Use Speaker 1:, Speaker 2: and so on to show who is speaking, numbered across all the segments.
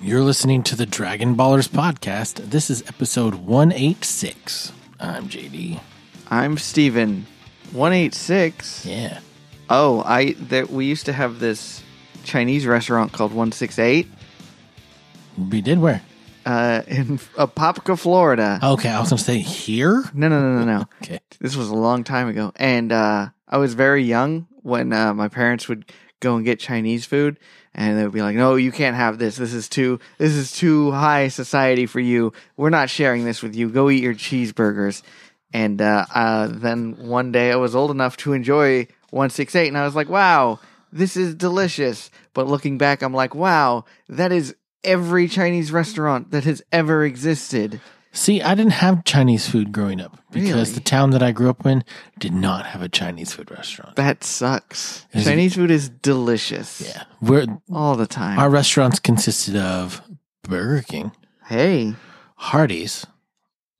Speaker 1: You're listening to the Dragon Ballers podcast. This is episode 186. I'm JD.
Speaker 2: I'm Steven. 186.
Speaker 1: Yeah.
Speaker 2: Oh, I that we used to have this Chinese restaurant called 168
Speaker 1: We did where?
Speaker 2: uh in Apopka, Florida.
Speaker 1: Okay, I was going to say here.
Speaker 2: No, no, no, no, no.
Speaker 1: Okay.
Speaker 2: This was a long time ago. And uh I was very young when uh, my parents would go and get Chinese food and they would be like, "No, you can't have this. This is too this is too high society for you. We're not sharing this with you. Go eat your cheeseburgers." And uh, uh, then one day I was old enough to enjoy 168, and I was like, wow, this is delicious. But looking back, I'm like, wow, that is every Chinese restaurant that has ever existed.
Speaker 1: See, I didn't have Chinese food growing up because
Speaker 2: Really?
Speaker 1: the town that I grew up in did not have a Chinese food restaurant.
Speaker 2: That sucks.
Speaker 1: Is it-
Speaker 2: Chinese food is delicious.
Speaker 1: Yeah. Where
Speaker 2: All the time.
Speaker 1: our restaurants consisted of Burger King,
Speaker 2: hey,
Speaker 1: Hardee's.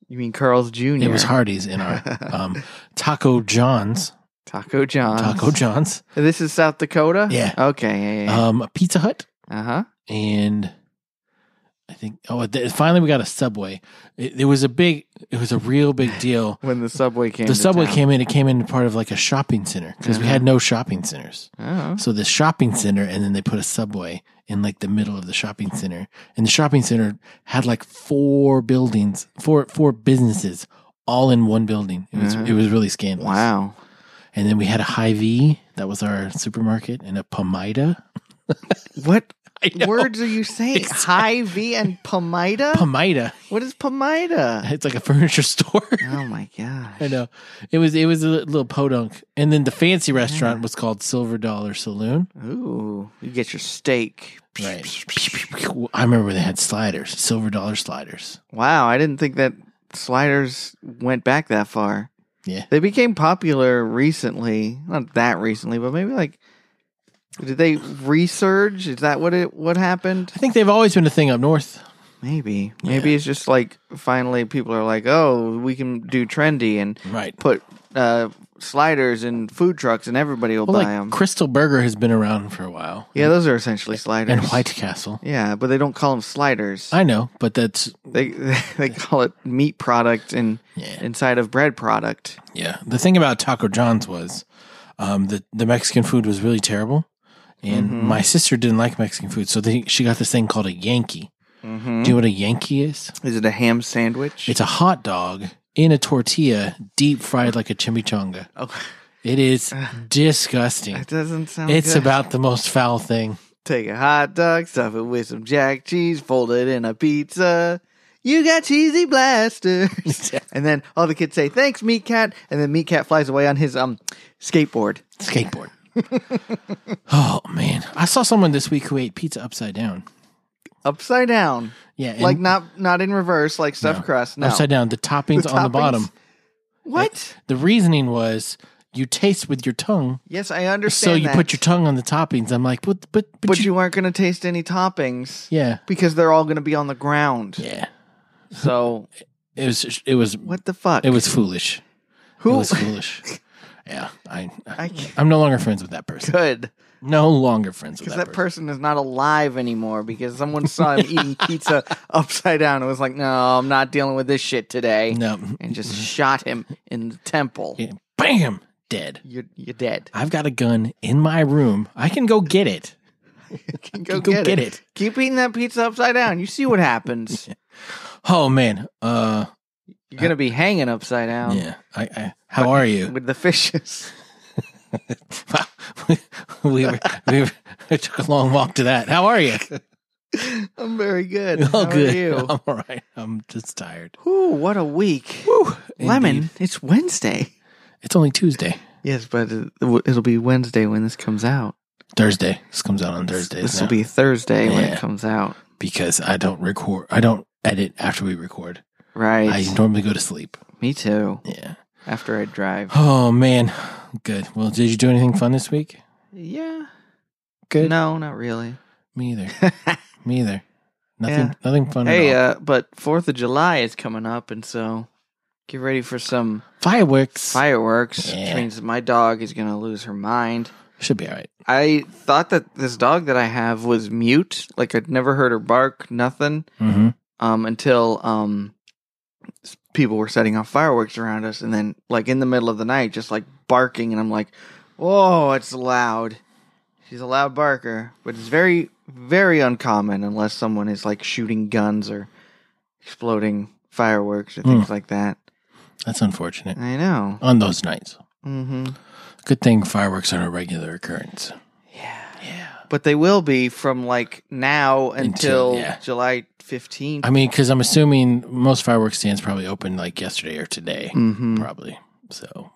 Speaker 2: you mean Carl's Jr.
Speaker 1: It was Hardee's in our um, Taco John's,
Speaker 2: Taco John.
Speaker 1: Taco John's,
Speaker 2: This is South Dakota?
Speaker 1: Yeah.
Speaker 2: Okay. Yeah,
Speaker 1: um, Pizza Hut,
Speaker 2: Uh huh.
Speaker 1: and I think oh th- finally we got a subway. It, it was a big, it was a real big deal.
Speaker 2: When the subway came.
Speaker 1: The
Speaker 2: to
Speaker 1: subway
Speaker 2: town.
Speaker 1: came in. It came in part of like a shopping center because we
Speaker 2: Uh-huh.
Speaker 1: had no shopping centers.
Speaker 2: Oh.
Speaker 1: So this shopping center, and then they put a subway in like the middle of the shopping center, and the shopping center had like four buildings, four four businesses all in one building. It was
Speaker 2: Uh-huh.
Speaker 1: it was really scandalous.
Speaker 2: Wow.
Speaker 1: And then we had a High V that was our supermarket, and a Pomida.
Speaker 2: What
Speaker 1: I know.
Speaker 2: words are you saying?
Speaker 1: It's-
Speaker 2: High V and Pomida?
Speaker 1: Pomida.
Speaker 2: what is Pomida?
Speaker 1: It's like a furniture store.
Speaker 2: Oh my gosh.
Speaker 1: I know. It was it was a li- little podunk. And then the fancy restaurant was called Silver Dollar Saloon.
Speaker 2: Ooh. You get your steak.
Speaker 1: Right. I remember they had sliders, Silver Dollar sliders.
Speaker 2: Wow, I didn't think that sliders went back that far.
Speaker 1: Yeah.
Speaker 2: They became popular recently. Not that recently, but maybe like did they resurge? Is that what it what happened?
Speaker 1: I think they've always been a thing up north.
Speaker 2: Maybe. Maybe it's just like finally people are like, "Oh, we can do trendy and
Speaker 1: Right.
Speaker 2: put uh sliders in food trucks and everybody will
Speaker 1: Well,
Speaker 2: buy 'em. buy
Speaker 1: like
Speaker 2: them."
Speaker 1: Crystal Burger has been around for a while.
Speaker 2: yeah, those are essentially sliders.
Speaker 1: And White Castle.
Speaker 2: Yeah, but they don't call them sliders.
Speaker 1: I know, but that's
Speaker 2: they they call it meat product and
Speaker 1: Yeah.
Speaker 2: inside of bread product.
Speaker 1: yeah. The thing about Taco John's was um, the the Mexican food was really terrible. And
Speaker 2: Mm-hmm.
Speaker 1: my sister didn't like Mexican food, so they, she got this thing called a Yankee.
Speaker 2: Mm-hmm.
Speaker 1: Do you know what a Yankee is?
Speaker 2: Is it a ham sandwich?
Speaker 1: It's a hot dog in a tortilla, deep fried like a chimichanga.
Speaker 2: oh,
Speaker 1: It is disgusting.
Speaker 2: that doesn't sound.
Speaker 1: It's
Speaker 2: good.
Speaker 1: about the most foul thing.
Speaker 2: take a hot dog, stuff it with some jack cheese, fold it in a pizza. You got cheesy blasters, and then all the kids say thanks, Meat Cat, and then Meat Cat flies away on his um skateboard.
Speaker 1: Skateboard. oh man, I saw someone this week who ate pizza upside down.
Speaker 2: Upside down,
Speaker 1: Yeah, and-
Speaker 2: like not not in reverse, like stuffed crust. No,
Speaker 1: upside down. The toppings
Speaker 2: The
Speaker 1: on the bottom.
Speaker 2: toppings. what?
Speaker 1: The reasoning was you taste with your tongue,
Speaker 2: Yes, I understand.
Speaker 1: so you
Speaker 2: that.
Speaker 1: put your tongue on the toppings. I'm like, but but but,
Speaker 2: but
Speaker 1: you,
Speaker 2: you aren't going to taste any toppings
Speaker 1: yeah
Speaker 2: because they're all going to be on the ground.
Speaker 1: yeah.
Speaker 2: So
Speaker 1: It was it was
Speaker 2: what the fuck?
Speaker 1: it was foolish. It
Speaker 2: who
Speaker 1: was foolish. yeah, I, I
Speaker 2: I can't-
Speaker 1: I'm no longer friends with that person.
Speaker 2: good.
Speaker 1: No longer friends with
Speaker 2: Because
Speaker 1: that,
Speaker 2: that,
Speaker 1: person.
Speaker 2: person is not alive anymore because someone saw him eating pizza upside down and was like, no, I'm not dealing with this shit today.
Speaker 1: No.
Speaker 2: And just shot him in the temple.
Speaker 1: Yeah. Bam! Dead.
Speaker 2: You're, you're dead.
Speaker 1: I've got a gun in my room. I can go get it.
Speaker 2: Go,
Speaker 1: go get it.
Speaker 2: Keep eating that pizza upside down. You see what happens.
Speaker 1: Oh man. Uh
Speaker 2: You're going to be hanging upside down
Speaker 1: yeah. I, I how are you?
Speaker 2: with the fishes.
Speaker 1: we were, we were, I took a long walk to that. How are you?
Speaker 2: I'm very good.
Speaker 1: Oh
Speaker 2: How
Speaker 1: good.
Speaker 2: Are you?
Speaker 1: I'm all right. I'm just tired.
Speaker 2: Whew, what a week. Lemon,
Speaker 1: Indeed.
Speaker 2: it's Wednesday.
Speaker 1: It's only Tuesday.
Speaker 2: Yes, but it- it'll be Wednesday when this comes out.
Speaker 1: Thursday. This comes out on Thursdays.
Speaker 2: This
Speaker 1: now.
Speaker 2: will be Thursday when
Speaker 1: Yeah.
Speaker 2: it comes out.
Speaker 1: because I don't record I don't edit after we record.
Speaker 2: Right.
Speaker 1: I normally go to sleep.
Speaker 2: Me too.
Speaker 1: Yeah.
Speaker 2: After I drive.
Speaker 1: Oh man. Good. Well, did you do anything fun this week?
Speaker 2: Yeah.
Speaker 1: Good.
Speaker 2: No, not really.
Speaker 1: Me either. Me either. Nothing.
Speaker 2: Yeah.
Speaker 1: Nothing fun.
Speaker 2: hey,
Speaker 1: at all.
Speaker 2: uh, but Fourth of July is coming up, and so get ready for some
Speaker 1: fireworks.
Speaker 2: fireworks.
Speaker 1: Yeah.
Speaker 2: Which means my dog is gonna lose her mind.
Speaker 1: Should be all right.
Speaker 2: I thought that this dog that I have was mute. Like I'd never heard her bark, nothing.
Speaker 1: Mm-hmm.
Speaker 2: Um, until um, s- people were setting off fireworks around us, and then like in the middle of the night, just like barking, and I'm like, "Whoa, it's loud." She's a loud barker, but it's very, very uncommon unless someone is like shooting guns or exploding fireworks or
Speaker 1: Hmm.
Speaker 2: things like that.
Speaker 1: That's unfortunate.
Speaker 2: I know.
Speaker 1: On those nights,
Speaker 2: hmm
Speaker 1: good thing fireworks aren't a regular occurrence.
Speaker 2: Yeah.
Speaker 1: Yeah.
Speaker 2: But they will be from like now until,
Speaker 1: Until- yeah.
Speaker 2: July 15th.
Speaker 1: I mean, because I'm assuming most fireworks stands probably opened like yesterday or today,
Speaker 2: mm-hmm.
Speaker 1: probably. So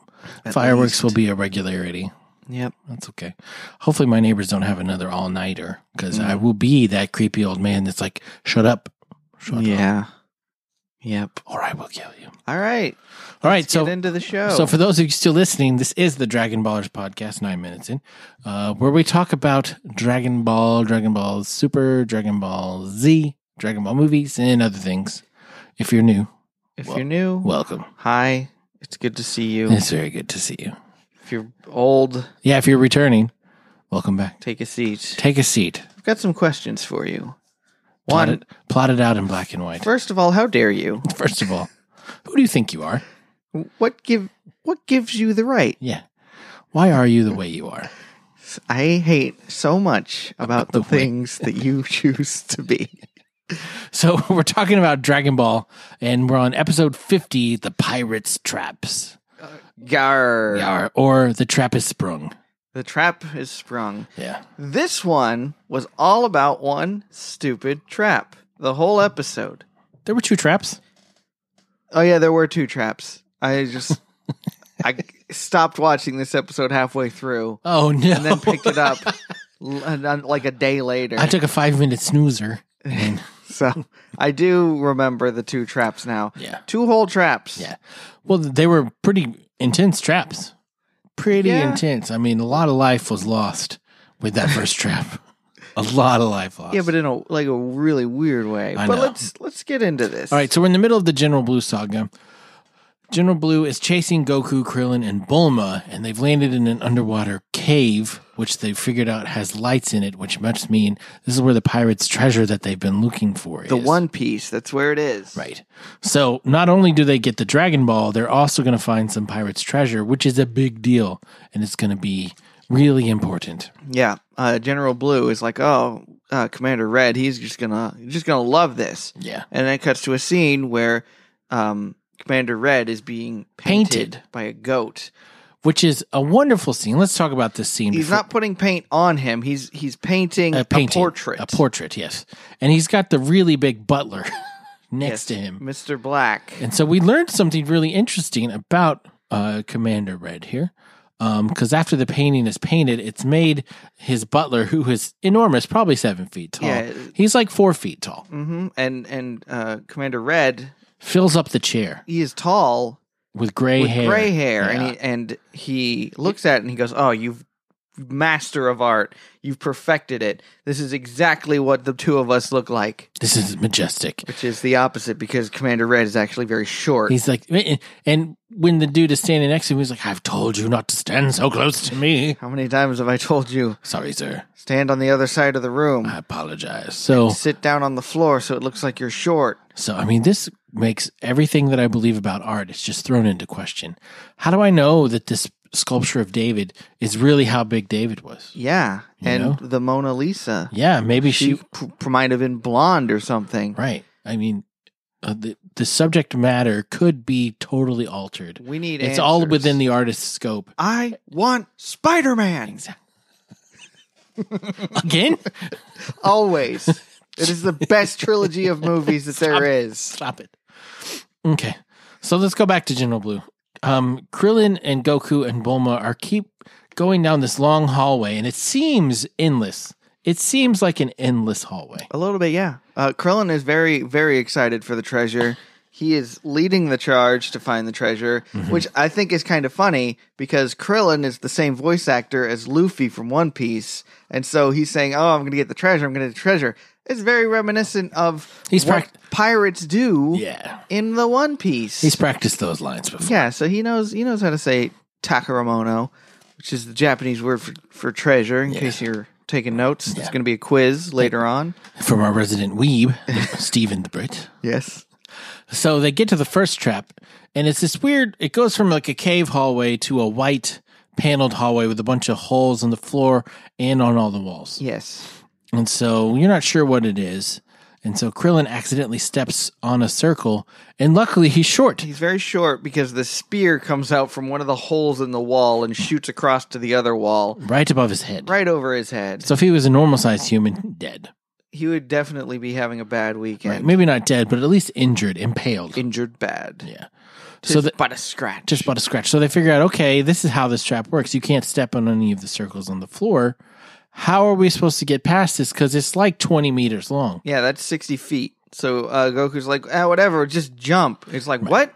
Speaker 2: At
Speaker 1: fireworks
Speaker 2: least.
Speaker 1: will be a regularity.
Speaker 2: Yep.
Speaker 1: That's okay. Hopefully, my neighbors don't have another all nighter because
Speaker 2: Mm.
Speaker 1: I will be that creepy old man that's like, "Shut up, shut up,
Speaker 2: yeah. Yep.
Speaker 1: or I will kill you."
Speaker 2: All right.
Speaker 1: All right,
Speaker 2: Let's
Speaker 1: so
Speaker 2: get into the show.
Speaker 1: So, for those of you still listening, this is the Dragon Ballers podcast, nine minutes in, uh, where we talk about Dragon Ball, Dragon Ball Super, Dragon Ball Z, Dragon Ball movies, and other things. If you're new,
Speaker 2: if you're new,
Speaker 1: welcome.
Speaker 2: hi. It's good to see you.
Speaker 1: It's very good to see you.
Speaker 2: If you're old,
Speaker 1: Yeah, if you're returning, welcome back.
Speaker 2: take a seat.
Speaker 1: Take a seat.
Speaker 2: I've got some questions for you.
Speaker 1: Plot
Speaker 2: One,
Speaker 1: it, plot it out in black and white.
Speaker 2: first of all, how dare you?
Speaker 1: First of all, who do you think you are?
Speaker 2: What give what gives you the right?
Speaker 1: Yeah. Why are you the way you are?
Speaker 2: I hate so much about the
Speaker 1: the way-
Speaker 2: things that you choose to be.
Speaker 1: So, we're talking about Dragon Ball, and we're on episode 50 The Pirate's Traps.
Speaker 2: Gar.
Speaker 1: Yeah, or, or the trap is sprung.
Speaker 2: The trap is sprung.
Speaker 1: Yeah.
Speaker 2: This one was all about one stupid trap. The whole episode.
Speaker 1: There were two traps.
Speaker 2: Oh yeah, there were two traps. I just I stopped watching this episode halfway through
Speaker 1: Oh no.
Speaker 2: and then picked it up l- and then, like a day later.
Speaker 1: I took a five minute snoozer. And,
Speaker 2: so I do remember the two traps now.
Speaker 1: yeah.
Speaker 2: Two whole traps.
Speaker 1: Yeah. Well, they were pretty intense traps. Pretty
Speaker 2: Yeah.
Speaker 1: intense. I mean, a lot of life was lost with that first trap. A lot of life lost.
Speaker 2: Yeah, but in a like a really weird way.
Speaker 1: I
Speaker 2: but
Speaker 1: know.
Speaker 2: let's let's get into this.
Speaker 1: All right, so we're in the middle of the General Blue saga. General Blue is chasing Goku, Krillin, and Bulma, and they've landed in an underwater cave, which they've figured out has lights in it, which must mean this is where the pirates' treasure that they've been looking for
Speaker 2: The
Speaker 1: is.
Speaker 2: One Piece. That's where it is.
Speaker 1: Right. So not only do they get the Dragon Ball, they're also going to find some pirates' treasure, which is a big deal, and it's going to be really important.
Speaker 2: Yeah, uh, General Blue is like, oh, uh, Commander Red, he's just gonna just gonna love this.
Speaker 1: Yeah.
Speaker 2: And then it cuts to a scene where um, Commander Red is being painted,
Speaker 1: Painted.
Speaker 2: by a goat.
Speaker 1: Which is a wonderful scene. Let's talk about this scene.
Speaker 2: He's
Speaker 1: before- uh,
Speaker 2: not putting paint on him. He's he's painting a,
Speaker 1: painting,
Speaker 2: portrait.
Speaker 1: A portrait, yes. And he's got the really big butler next to him.
Speaker 2: Mr. Black.
Speaker 1: And so we learned something really interesting about uh, Commander Red here. Because after the painting is painted, it's made his butler, who is enormous, probably seven feet tall.
Speaker 2: Yeah.
Speaker 1: He's like four feet tall,
Speaker 2: hmm And and uh, Commander Red,
Speaker 1: fills up the chair
Speaker 2: he is tall
Speaker 1: with gray
Speaker 2: with
Speaker 1: hair.
Speaker 2: gray
Speaker 1: Yeah.
Speaker 2: hair, and he, and he looks at it and he goes, "Oh, you've." Master of art, you've perfected it. This is exactly what the two of us look like.
Speaker 1: This is majestic.
Speaker 2: which is the opposite because Commander Red is actually very short.
Speaker 1: He's like, and when the dude is standing next to him, he's like, I've told you not to stand so close to me.
Speaker 2: How many times have I told you
Speaker 1: Sorry, sir.
Speaker 2: stand on the other side of the room,
Speaker 1: I apologize. So,
Speaker 2: sit down on the floor so it looks like you're short?
Speaker 1: So, I mean, this makes everything that I believe about art is just thrown into question. How do I know that this sculpture of David is really how big David was?
Speaker 2: Yeah,
Speaker 1: You
Speaker 2: and
Speaker 1: know?
Speaker 2: the Mona Lisa,
Speaker 1: Yeah, maybe
Speaker 2: she,
Speaker 1: she.
Speaker 2: p- p- might have been blonde or something.
Speaker 1: Right. I mean, uh, the the subject matter could be totally altered.
Speaker 2: We need.
Speaker 1: It's all
Speaker 2: answers.
Speaker 1: within the artist's scope.
Speaker 2: I want Spider Man
Speaker 1: Again,
Speaker 2: always. it is the best trilogy of movies that there is.
Speaker 1: stop it. Okay, so let's go back to General Blue. Um, Krillin and Goku and Bulma are keep going down this long hallway, and it seems endless. It seems like an endless hallway.
Speaker 2: A little bit, yeah. Uh, Krillin is very, very excited for the treasure. He is leading the charge to find the treasure,
Speaker 1: Mm-hmm.
Speaker 2: which I think is kind of funny because Krillin is the same voice actor as Luffy from One Piece. And so he's saying, Oh, I'm going to get the treasure. I'm going to get the treasure. It's very reminiscent of
Speaker 1: He's
Speaker 2: what
Speaker 1: prac-
Speaker 2: pirates do
Speaker 1: Yeah.
Speaker 2: in the One Piece.
Speaker 1: He's practiced those lines before.
Speaker 2: yeah, so he knows he knows how to say Takaramono. which is the Japanese word for, for treasure, in case you're taking notes. It's going to be a quiz later on.
Speaker 1: From our resident weeb, Stephen the Brit.
Speaker 2: Yes.
Speaker 1: So they get to the first trap, and it's this weird. It goes from like a cave hallway to a white paneled hallway with a bunch of holes in the floor and on all the walls.
Speaker 2: Yes.
Speaker 1: And so you're not sure what it is. And so Krillin accidentally steps on a circle, and luckily he's short.
Speaker 2: He's very short because the spear comes out from one of the holes in the wall and shoots across to the other wall,
Speaker 1: right above his head.
Speaker 2: right over his head.
Speaker 1: So if he was a normal sized human, dead.
Speaker 2: He would definitely be having a bad
Speaker 1: Right?
Speaker 2: weekend.
Speaker 1: Maybe not dead, but at least injured, impaled.
Speaker 2: Injured bad.
Speaker 1: yeah. So
Speaker 2: So
Speaker 1: that
Speaker 2: but a scratch.
Speaker 1: just about a scratch. So they figure out, okay, this is how this trap works. You can't step on any of the circles on the floor. How are we supposed to get past this? Because it's like 20 meters long.
Speaker 2: yeah, that's sixty feet. So uh, Goku's like, ah, whatever, just jump. It's like what?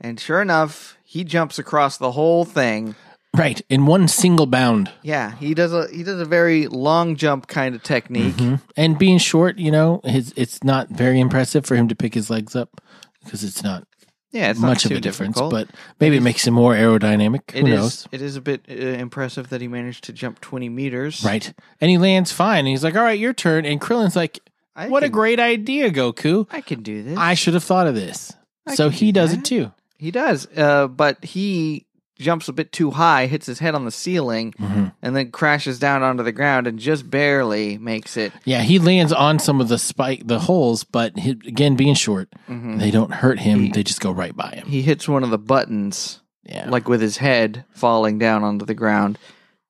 Speaker 2: And sure enough, he jumps across the whole thing.
Speaker 1: Right. In one single bound.
Speaker 2: Yeah, he does a he does a very long jump kind of technique.
Speaker 1: And being short, you know, his, it's not very impressive for him to pick his legs up because it's not
Speaker 2: Yeah, it's
Speaker 1: much
Speaker 2: not
Speaker 1: of
Speaker 2: too
Speaker 1: a difference, but
Speaker 2: difficult.
Speaker 1: maybe it makes him more aerodynamic. Who
Speaker 2: It is-
Speaker 1: knows?
Speaker 2: It is a bit uh, impressive that he managed to jump 20 meters.
Speaker 1: Right. And he lands fine. And he's like, all right, your turn. And Krillin's like,
Speaker 2: I
Speaker 1: what a
Speaker 2: can-
Speaker 1: great idea, Goku.
Speaker 2: I can do this.
Speaker 1: I should have thought of this.
Speaker 2: I
Speaker 1: so
Speaker 2: can
Speaker 1: he
Speaker 2: do
Speaker 1: does it
Speaker 2: that.
Speaker 1: too.
Speaker 2: he does, uh, but he jumps a bit too high, hits his head on the ceiling,
Speaker 1: Mm-hmm.
Speaker 2: and then crashes down onto the ground and just barely makes it.
Speaker 1: Yeah, he lands on some of the spike, the holes, but he, again, being short,
Speaker 2: Mm-hmm.
Speaker 1: they don't hurt him. they just go right by him.
Speaker 2: He hits one of the buttons,
Speaker 1: Yeah,
Speaker 2: like with his head falling down onto the ground,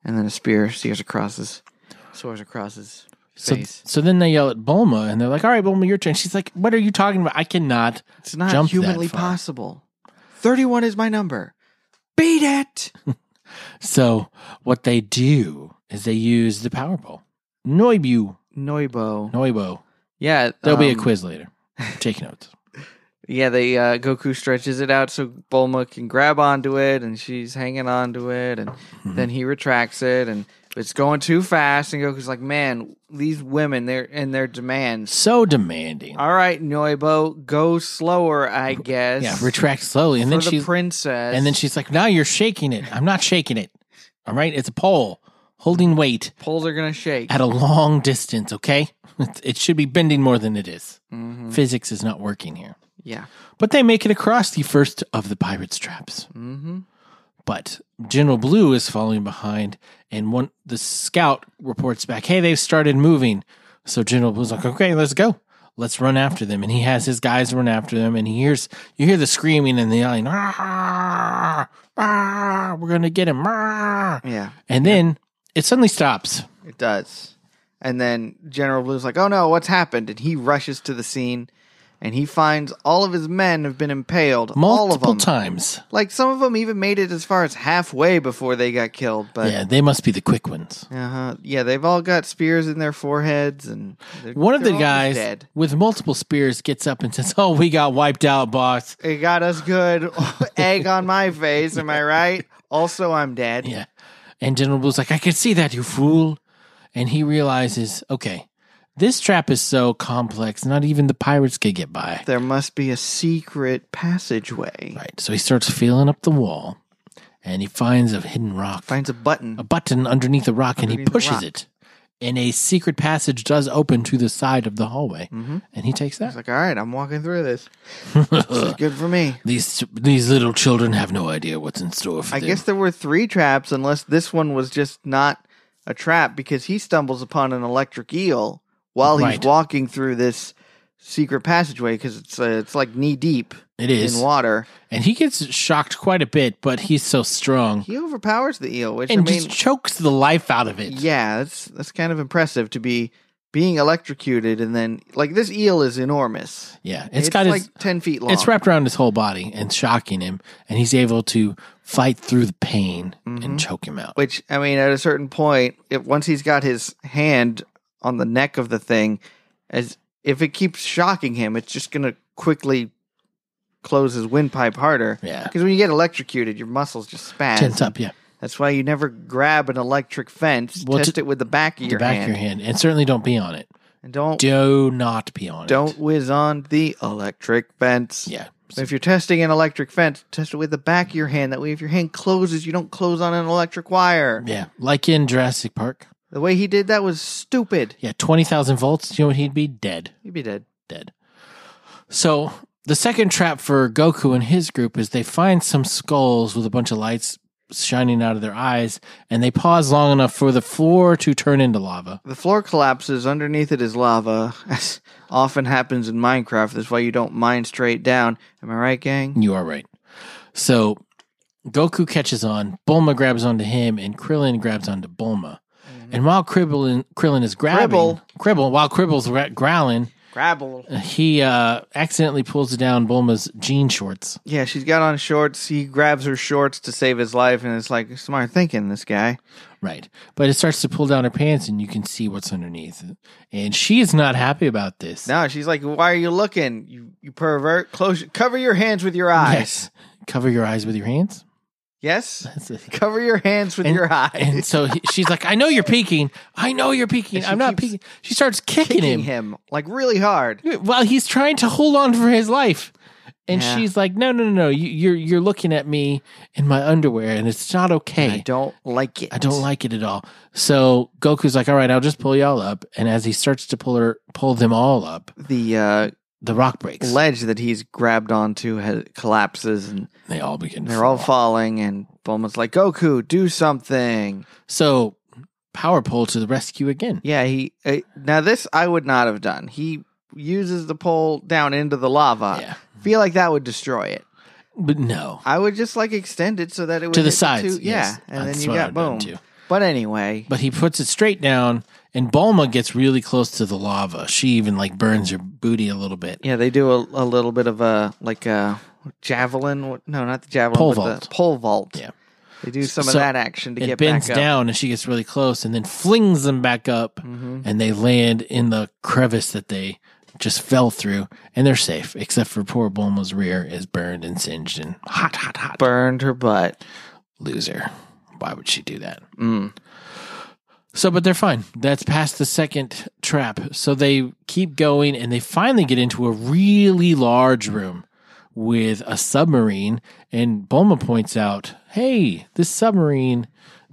Speaker 2: and then a spear sears across his, soars across his
Speaker 1: so,
Speaker 2: face.
Speaker 1: so then they yell at Bulma, and they're like, "All right, Bulma, your turn." She's like, "What are you talking about? I cannot."
Speaker 2: it's not
Speaker 1: jump that
Speaker 2: humanly
Speaker 1: far.
Speaker 2: possible. 31 is my number. Beat it!
Speaker 1: So what they do is they use the Power Ball, Noibu,
Speaker 2: Noibo.
Speaker 1: Noibo.
Speaker 2: Yeah.
Speaker 1: There'll be a
Speaker 2: um,
Speaker 1: quiz later. Take notes.
Speaker 2: Yeah, they uh, Goku stretches it out so Bulma can grab onto it, and she's hanging onto it, and
Speaker 1: Mm-hmm.
Speaker 2: then he retracts it, and it's going too fast, and Goku's like, "Man, these women, they're and their demands."
Speaker 1: So demanding.
Speaker 2: All right, Noibo, go slower, I guess.
Speaker 1: Yeah, retract slowly, and
Speaker 2: for
Speaker 1: then
Speaker 2: the
Speaker 1: she
Speaker 2: princess,
Speaker 1: and then she's like, "Now you're shaking it. I'm not shaking it. All right, it's a pole holding weight."
Speaker 2: poles are gonna shake.
Speaker 1: at a long distance, okay? It, it should be bending more than it is.
Speaker 2: hmm
Speaker 1: Physics is not working here.
Speaker 2: Yeah,
Speaker 1: But they make it across the first of the pirates' traps.
Speaker 2: hmm
Speaker 1: But General Blue is following behind, and one the scout reports back, "Hey, they've started moving." So General Blue's like, "Okay, let's go. Let's run after them." And he has his guys run after them, and he hears you hear the screaming and the yelling. "Ah, ah, we're gonna get him! ah."
Speaker 2: yeah,
Speaker 1: And then it suddenly stops.
Speaker 2: it does. And then General Blue's like, "Oh no, what's happened?" And he rushes to the scene, and he finds all of his men have been impaled, all of
Speaker 1: Multiple
Speaker 2: them.
Speaker 1: times.
Speaker 2: Like some of them even made it as far as halfway before they got killed. But
Speaker 1: Yeah, they must be the quick ones.
Speaker 2: uh-huh. yeah, they've all got spears in their foreheads, and they're-
Speaker 1: One of
Speaker 2: they're
Speaker 1: the
Speaker 2: all
Speaker 1: guys
Speaker 2: just dead.
Speaker 1: with multiple spears gets up and says, "Oh, we got wiped out, boss."
Speaker 2: It got us good. Egg on my face. Am I right? Also, I'm dead.
Speaker 1: Yeah, and General Blue's like, "I could see that, you fool," and he realizes, okay, this trap is so complex, not even the pirates could get by.
Speaker 2: There must be a secret passageway.
Speaker 1: Right, so he starts feeling up the wall, and he finds a hidden rock,
Speaker 2: Finds a
Speaker 1: a
Speaker 2: button.
Speaker 1: button underneath the rock, and
Speaker 2: Underneath
Speaker 1: he
Speaker 2: the
Speaker 1: pushes
Speaker 2: rock.
Speaker 1: it, and a secret passage does open to the side of the hallway, and he takes
Speaker 2: It's
Speaker 1: that.
Speaker 2: Mm-hmm. like, all right, I'm walking through this. this is good for me.
Speaker 1: These these little children have no idea what's in store for
Speaker 2: I
Speaker 1: them.
Speaker 2: guess there were three traps, unless this one was just not a trap because he stumbles upon an electric eel while
Speaker 1: Right.
Speaker 2: he's walking through this secret passageway because it's uh, it's like knee deep
Speaker 1: it is
Speaker 2: in water.
Speaker 1: And he gets shocked quite a bit, but he's so strong
Speaker 2: He overpowers the eel, which
Speaker 1: and
Speaker 2: I mean,
Speaker 1: just chokes the life out of it.
Speaker 2: yeah, that's that's kind of impressive to be being electrocuted and then like this eel is enormous.
Speaker 1: Yeah, it's
Speaker 2: It's
Speaker 1: got
Speaker 2: like
Speaker 1: his.
Speaker 2: ten feet long.
Speaker 1: It's wrapped around his whole body and shocking him, and he's able to fight through the pain
Speaker 2: Mm-hmm.
Speaker 1: and choke him out.
Speaker 2: Which I mean, at a certain point, if once he's got his hand on the neck of the thing, as if it keeps shocking him, it's just gonna quickly close his windpipe harder.
Speaker 1: Yeah.
Speaker 2: Because when you get electrocuted, your muscles just
Speaker 1: Tense
Speaker 2: spasm.
Speaker 1: up, yeah,
Speaker 2: That's why you never grab an electric fence.
Speaker 1: Well,
Speaker 2: test
Speaker 1: to-
Speaker 2: it with the back of
Speaker 1: the
Speaker 2: your
Speaker 1: back
Speaker 2: hand.
Speaker 1: of your hand, and certainly don't be on it.
Speaker 2: And don't
Speaker 1: Do not be on it.
Speaker 2: don't whiz on the electric fence.
Speaker 1: Yeah,
Speaker 2: If you're testing an electric fence, test it with the back of your hand. That way, if your hand closes, you don't close on an electric wire.
Speaker 1: Yeah, like in Jurassic Park.
Speaker 2: The way he did that was stupid.
Speaker 1: Yeah, 20,000 volts. You know what? He'd be dead.
Speaker 2: He'd be dead.
Speaker 1: Dead. So the second trap for Goku and his group is they find some skulls with a bunch of lights shining out of their eyes and they pause long enough for the floor to turn into lava.
Speaker 2: The floor collapses. Underneath it is lava, as often happens in Minecraft. That's why you don't mine straight down. Am I right, gang?
Speaker 1: You are right. So Goku catches on, Bulma grabs onto him, and Krillin grabs onto Bulma. And while Krillin, Krillin is grabbing,
Speaker 2: Kribble.
Speaker 1: Kribble, while Kribble's ra- growling,
Speaker 2: Grabble.
Speaker 1: he uh, accidentally pulls down Bulma's jean shorts.
Speaker 2: Yeah, she's got on shorts. He grabs her shorts to save his life, and it's like smart thinking, this guy.
Speaker 1: Right. But it starts to pull down her pants and you can see what's underneath. And she is not happy about this.
Speaker 2: No, she's like, "Why are you looking? You you pervert! Close, cover your hands with your eyes.
Speaker 1: Yes. Cover your eyes with your hands.
Speaker 2: Yes,
Speaker 1: That's it.
Speaker 2: cover your hands with
Speaker 1: And-
Speaker 2: your eyes."
Speaker 1: And so he, she's like, I know you're peeking. I know you're peeking.
Speaker 2: And she
Speaker 1: I'm not
Speaker 2: keeps
Speaker 1: peeking. She starts kicking,
Speaker 2: kicking
Speaker 1: him,
Speaker 2: him like really hard.
Speaker 1: while he's trying to hold on for his life. And
Speaker 2: Yeah.
Speaker 1: she's like, No, no, no, no. You, you're you're looking at me in my underwear, and it's not okay.
Speaker 2: I don't like it.
Speaker 1: I don't like it at all. So Goku's like, All right, I'll just pull y'all up. And as he starts to pull her, pull them all up,
Speaker 2: the uh,
Speaker 1: the rock breaks.
Speaker 2: ledge that he's grabbed onto has, collapses, and
Speaker 1: they all begin. to
Speaker 2: they're all
Speaker 1: fall.
Speaker 2: falling. And Bulma's like, "Goku, do something!"
Speaker 1: So power pole to the rescue again.
Speaker 2: Yeah, he. Uh, now this I would not have done. He uses the pole down into the lava.
Speaker 1: yeah,
Speaker 2: Feel like that would destroy it.
Speaker 1: but no.
Speaker 2: I would just like extend it so that it would
Speaker 1: to the
Speaker 2: hit
Speaker 1: sides.
Speaker 2: two-
Speaker 1: yes.
Speaker 2: yeah, and
Speaker 1: That's
Speaker 2: then you
Speaker 1: what
Speaker 2: got
Speaker 1: I've done
Speaker 2: boom.
Speaker 1: too.
Speaker 2: But anyway,
Speaker 1: But he puts it straight down, and Bulma gets really close to the lava. She even like burns her booty a little bit.
Speaker 2: yeah, they do a, a little bit of a like a javelin. what- No, not the javelin.
Speaker 1: Pole
Speaker 2: but
Speaker 1: vault.
Speaker 2: The pole vault.
Speaker 1: Yeah.
Speaker 2: they do some of
Speaker 1: So
Speaker 2: that action to
Speaker 1: It
Speaker 2: get
Speaker 1: bends
Speaker 2: back up.
Speaker 1: down, and she gets really close, and then flings them back up,
Speaker 2: Mhm.
Speaker 1: and they land in the crevice that they just fell through, and they're safe, except for poor Bulma's rear is burned and singed and hot, hot, hot.
Speaker 2: Burned her butt.
Speaker 1: Loser. Why would she do that?
Speaker 2: Mm.
Speaker 1: So, but they're fine. That's past the second trap. So they keep going and they finally get into a really large room with a submarine. And Bulma points out, hey, this submarine,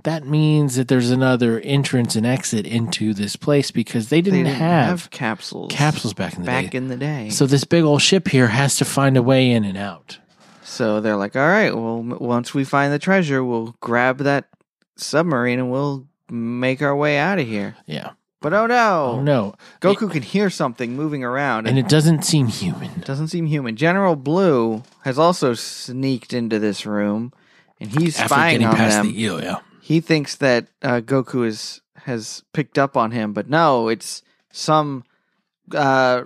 Speaker 1: that means that there's another entrance and exit into this place because they
Speaker 2: They
Speaker 1: didn't, have,
Speaker 2: capsules.
Speaker 1: capsules back in the
Speaker 2: back
Speaker 1: day.
Speaker 2: in the day.
Speaker 1: so this big old ship here has to find a way in and out.
Speaker 2: So they're like, all right, well, m- once we find the treasure, we'll grab that submarine and we'll make our way out of here.
Speaker 1: Yeah.
Speaker 2: But oh no,
Speaker 1: Oh, no.
Speaker 2: Goku can hear something moving around
Speaker 1: And
Speaker 2: and
Speaker 1: it doesn't seem human.
Speaker 2: it doesn't seem human. General Blue has also sneaked into this room and he's
Speaker 1: After
Speaker 2: spying
Speaker 1: getting
Speaker 2: on
Speaker 1: past
Speaker 2: them.
Speaker 1: the e- eel, yeah.
Speaker 2: He thinks that uh, Goku is has picked up on him, but no, it's some uh,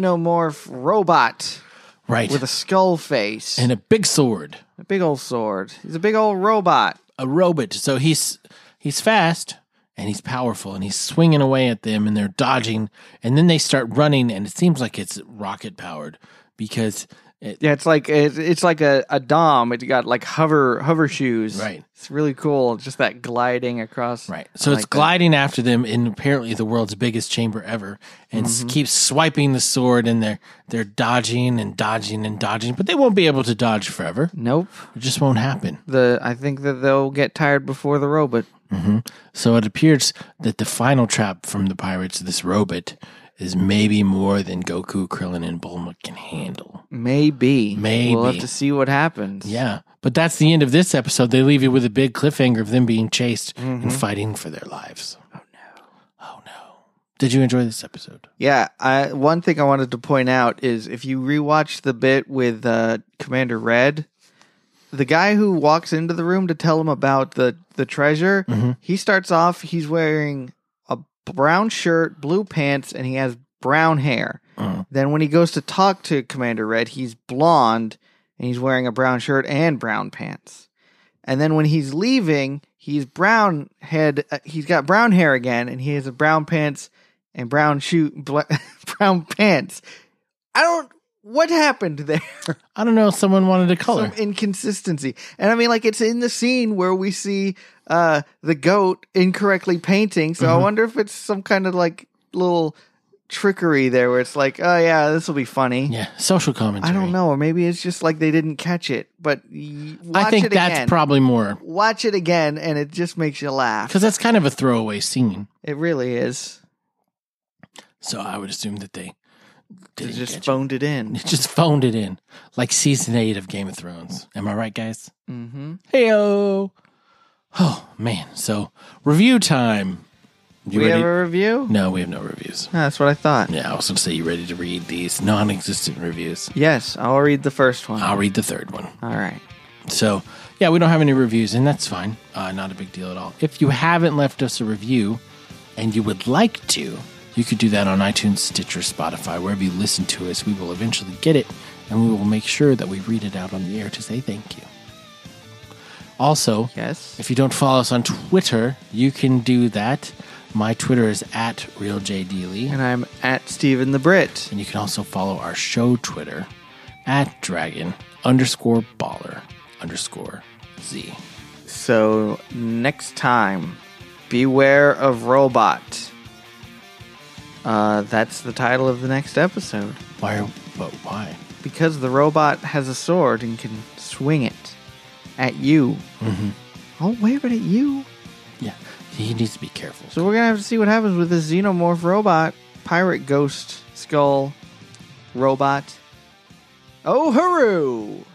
Speaker 2: xenomorph robot
Speaker 1: Right.
Speaker 2: with a skull face
Speaker 1: and a big sword.
Speaker 2: a big old sword. He's a big old robot.
Speaker 1: a robot. So he's he's fast and he's powerful and he's swinging away at them and they're dodging and then they start running and it seems like it's rocket powered because it,
Speaker 2: Yeah, it's like it's, it's like a, a dom. It's got like hover hover shoes.
Speaker 1: Right.
Speaker 2: It's really cool. Just that gliding across. Uh,
Speaker 1: right. So
Speaker 2: I
Speaker 1: it's
Speaker 2: like that.
Speaker 1: gliding after them in apparently the world's biggest chamber ever and
Speaker 2: Mm-hmm.
Speaker 1: s keeps swiping the sword and they're they're dodging and dodging and dodging but they won't be able to dodge forever.
Speaker 2: Nope.
Speaker 1: It just won't happen.
Speaker 2: The I think that they'll get tired before the robot.
Speaker 1: So it appears that the final trap from the pirates this robot is maybe more than Goku, Krillin and Bulma can handle.
Speaker 2: Maybe. We'll
Speaker 1: Maybe.
Speaker 2: have to see what happens.
Speaker 1: Yeah. But that's the end of this episode. They leave you with a big cliffhanger of them being chased
Speaker 2: Mm-hmm.
Speaker 1: and fighting for their lives. Oh, no. Oh, no. Did you enjoy this episode?
Speaker 2: Yeah. I one thing I wanted to point out is if you rewatch the bit with uh, Commander Red, the guy who walks into the room to tell him about the the treasure,
Speaker 1: Mm-hmm.
Speaker 2: he starts off. He's wearing a brown shirt, blue pants, and he has brown hair.
Speaker 1: Mhm.
Speaker 2: Then when he goes to talk to Commander Red, he's blonde and he's wearing a brown shirt and brown pants. And then when he's leaving, he's brown head. Uh, he's got brown hair again, and he has a brown pants and brown shoe, bla brown pants. I don't. What happened there?
Speaker 1: I don't know. Someone wanted a color.
Speaker 2: Some inconsistency, and I mean, like it's in the scene where we see uh the goat incorrectly painting. So I wonder if it's some kind of like little trickery there where it's like, oh yeah, this will be funny.
Speaker 1: Yeah, social
Speaker 2: I
Speaker 1: commentary.
Speaker 2: don't know, or maybe it's just like they didn't catch it. But y- watch
Speaker 1: I think
Speaker 2: it
Speaker 1: that's
Speaker 2: again.
Speaker 1: probably more
Speaker 2: watch it again, and it just makes you laugh.
Speaker 1: because that's kind of a throwaway scene.
Speaker 2: It really is.
Speaker 1: So I would assume that they
Speaker 2: They
Speaker 1: didn't
Speaker 2: just
Speaker 1: catch
Speaker 2: phoned
Speaker 1: it.
Speaker 2: it in.
Speaker 1: They just phoned it in, like season eight of Game of Thrones. Am I right, guys?
Speaker 2: hmm
Speaker 1: Heyo. Oh man. So review time. You
Speaker 2: We
Speaker 1: ready?
Speaker 2: have a review.
Speaker 1: no, we have no reviews.
Speaker 2: Yeah, that's what I thought.
Speaker 1: Yeah, I was gonna say you ready to read these non-existent reviews.
Speaker 2: Yes, I'll read the first one.
Speaker 1: I'll read the third one.
Speaker 2: All right.
Speaker 1: So, yeah, we don't have any reviews, and that's fine. Uh, not a big deal at all. If you haven't left us a review and you would like to, you could do that on iTunes, Stitcher, Spotify, wherever you listen to us. We will eventually get it, and we will make sure that we read it out on the air to say thank you. Also,
Speaker 2: Yes.
Speaker 1: if you don't follow us on Twitter, you can do that. My Twitter is at RealJDLee.
Speaker 2: And I'm at Steven the Brit.
Speaker 1: And you can also follow our show Twitter at dragon underscore baller underscore Z.
Speaker 2: So next time, beware of robot. Uh, that's the title of the next episode
Speaker 1: Why? are- But why?
Speaker 2: because the robot has a sword and can swing it at you. Mm-hmm. Oh wait, but at you.
Speaker 1: Yeah, he needs to be careful.
Speaker 2: So we're gonna have to see what happens with this xenomorph robot, pirate ghost skull robot. Oh hooroo!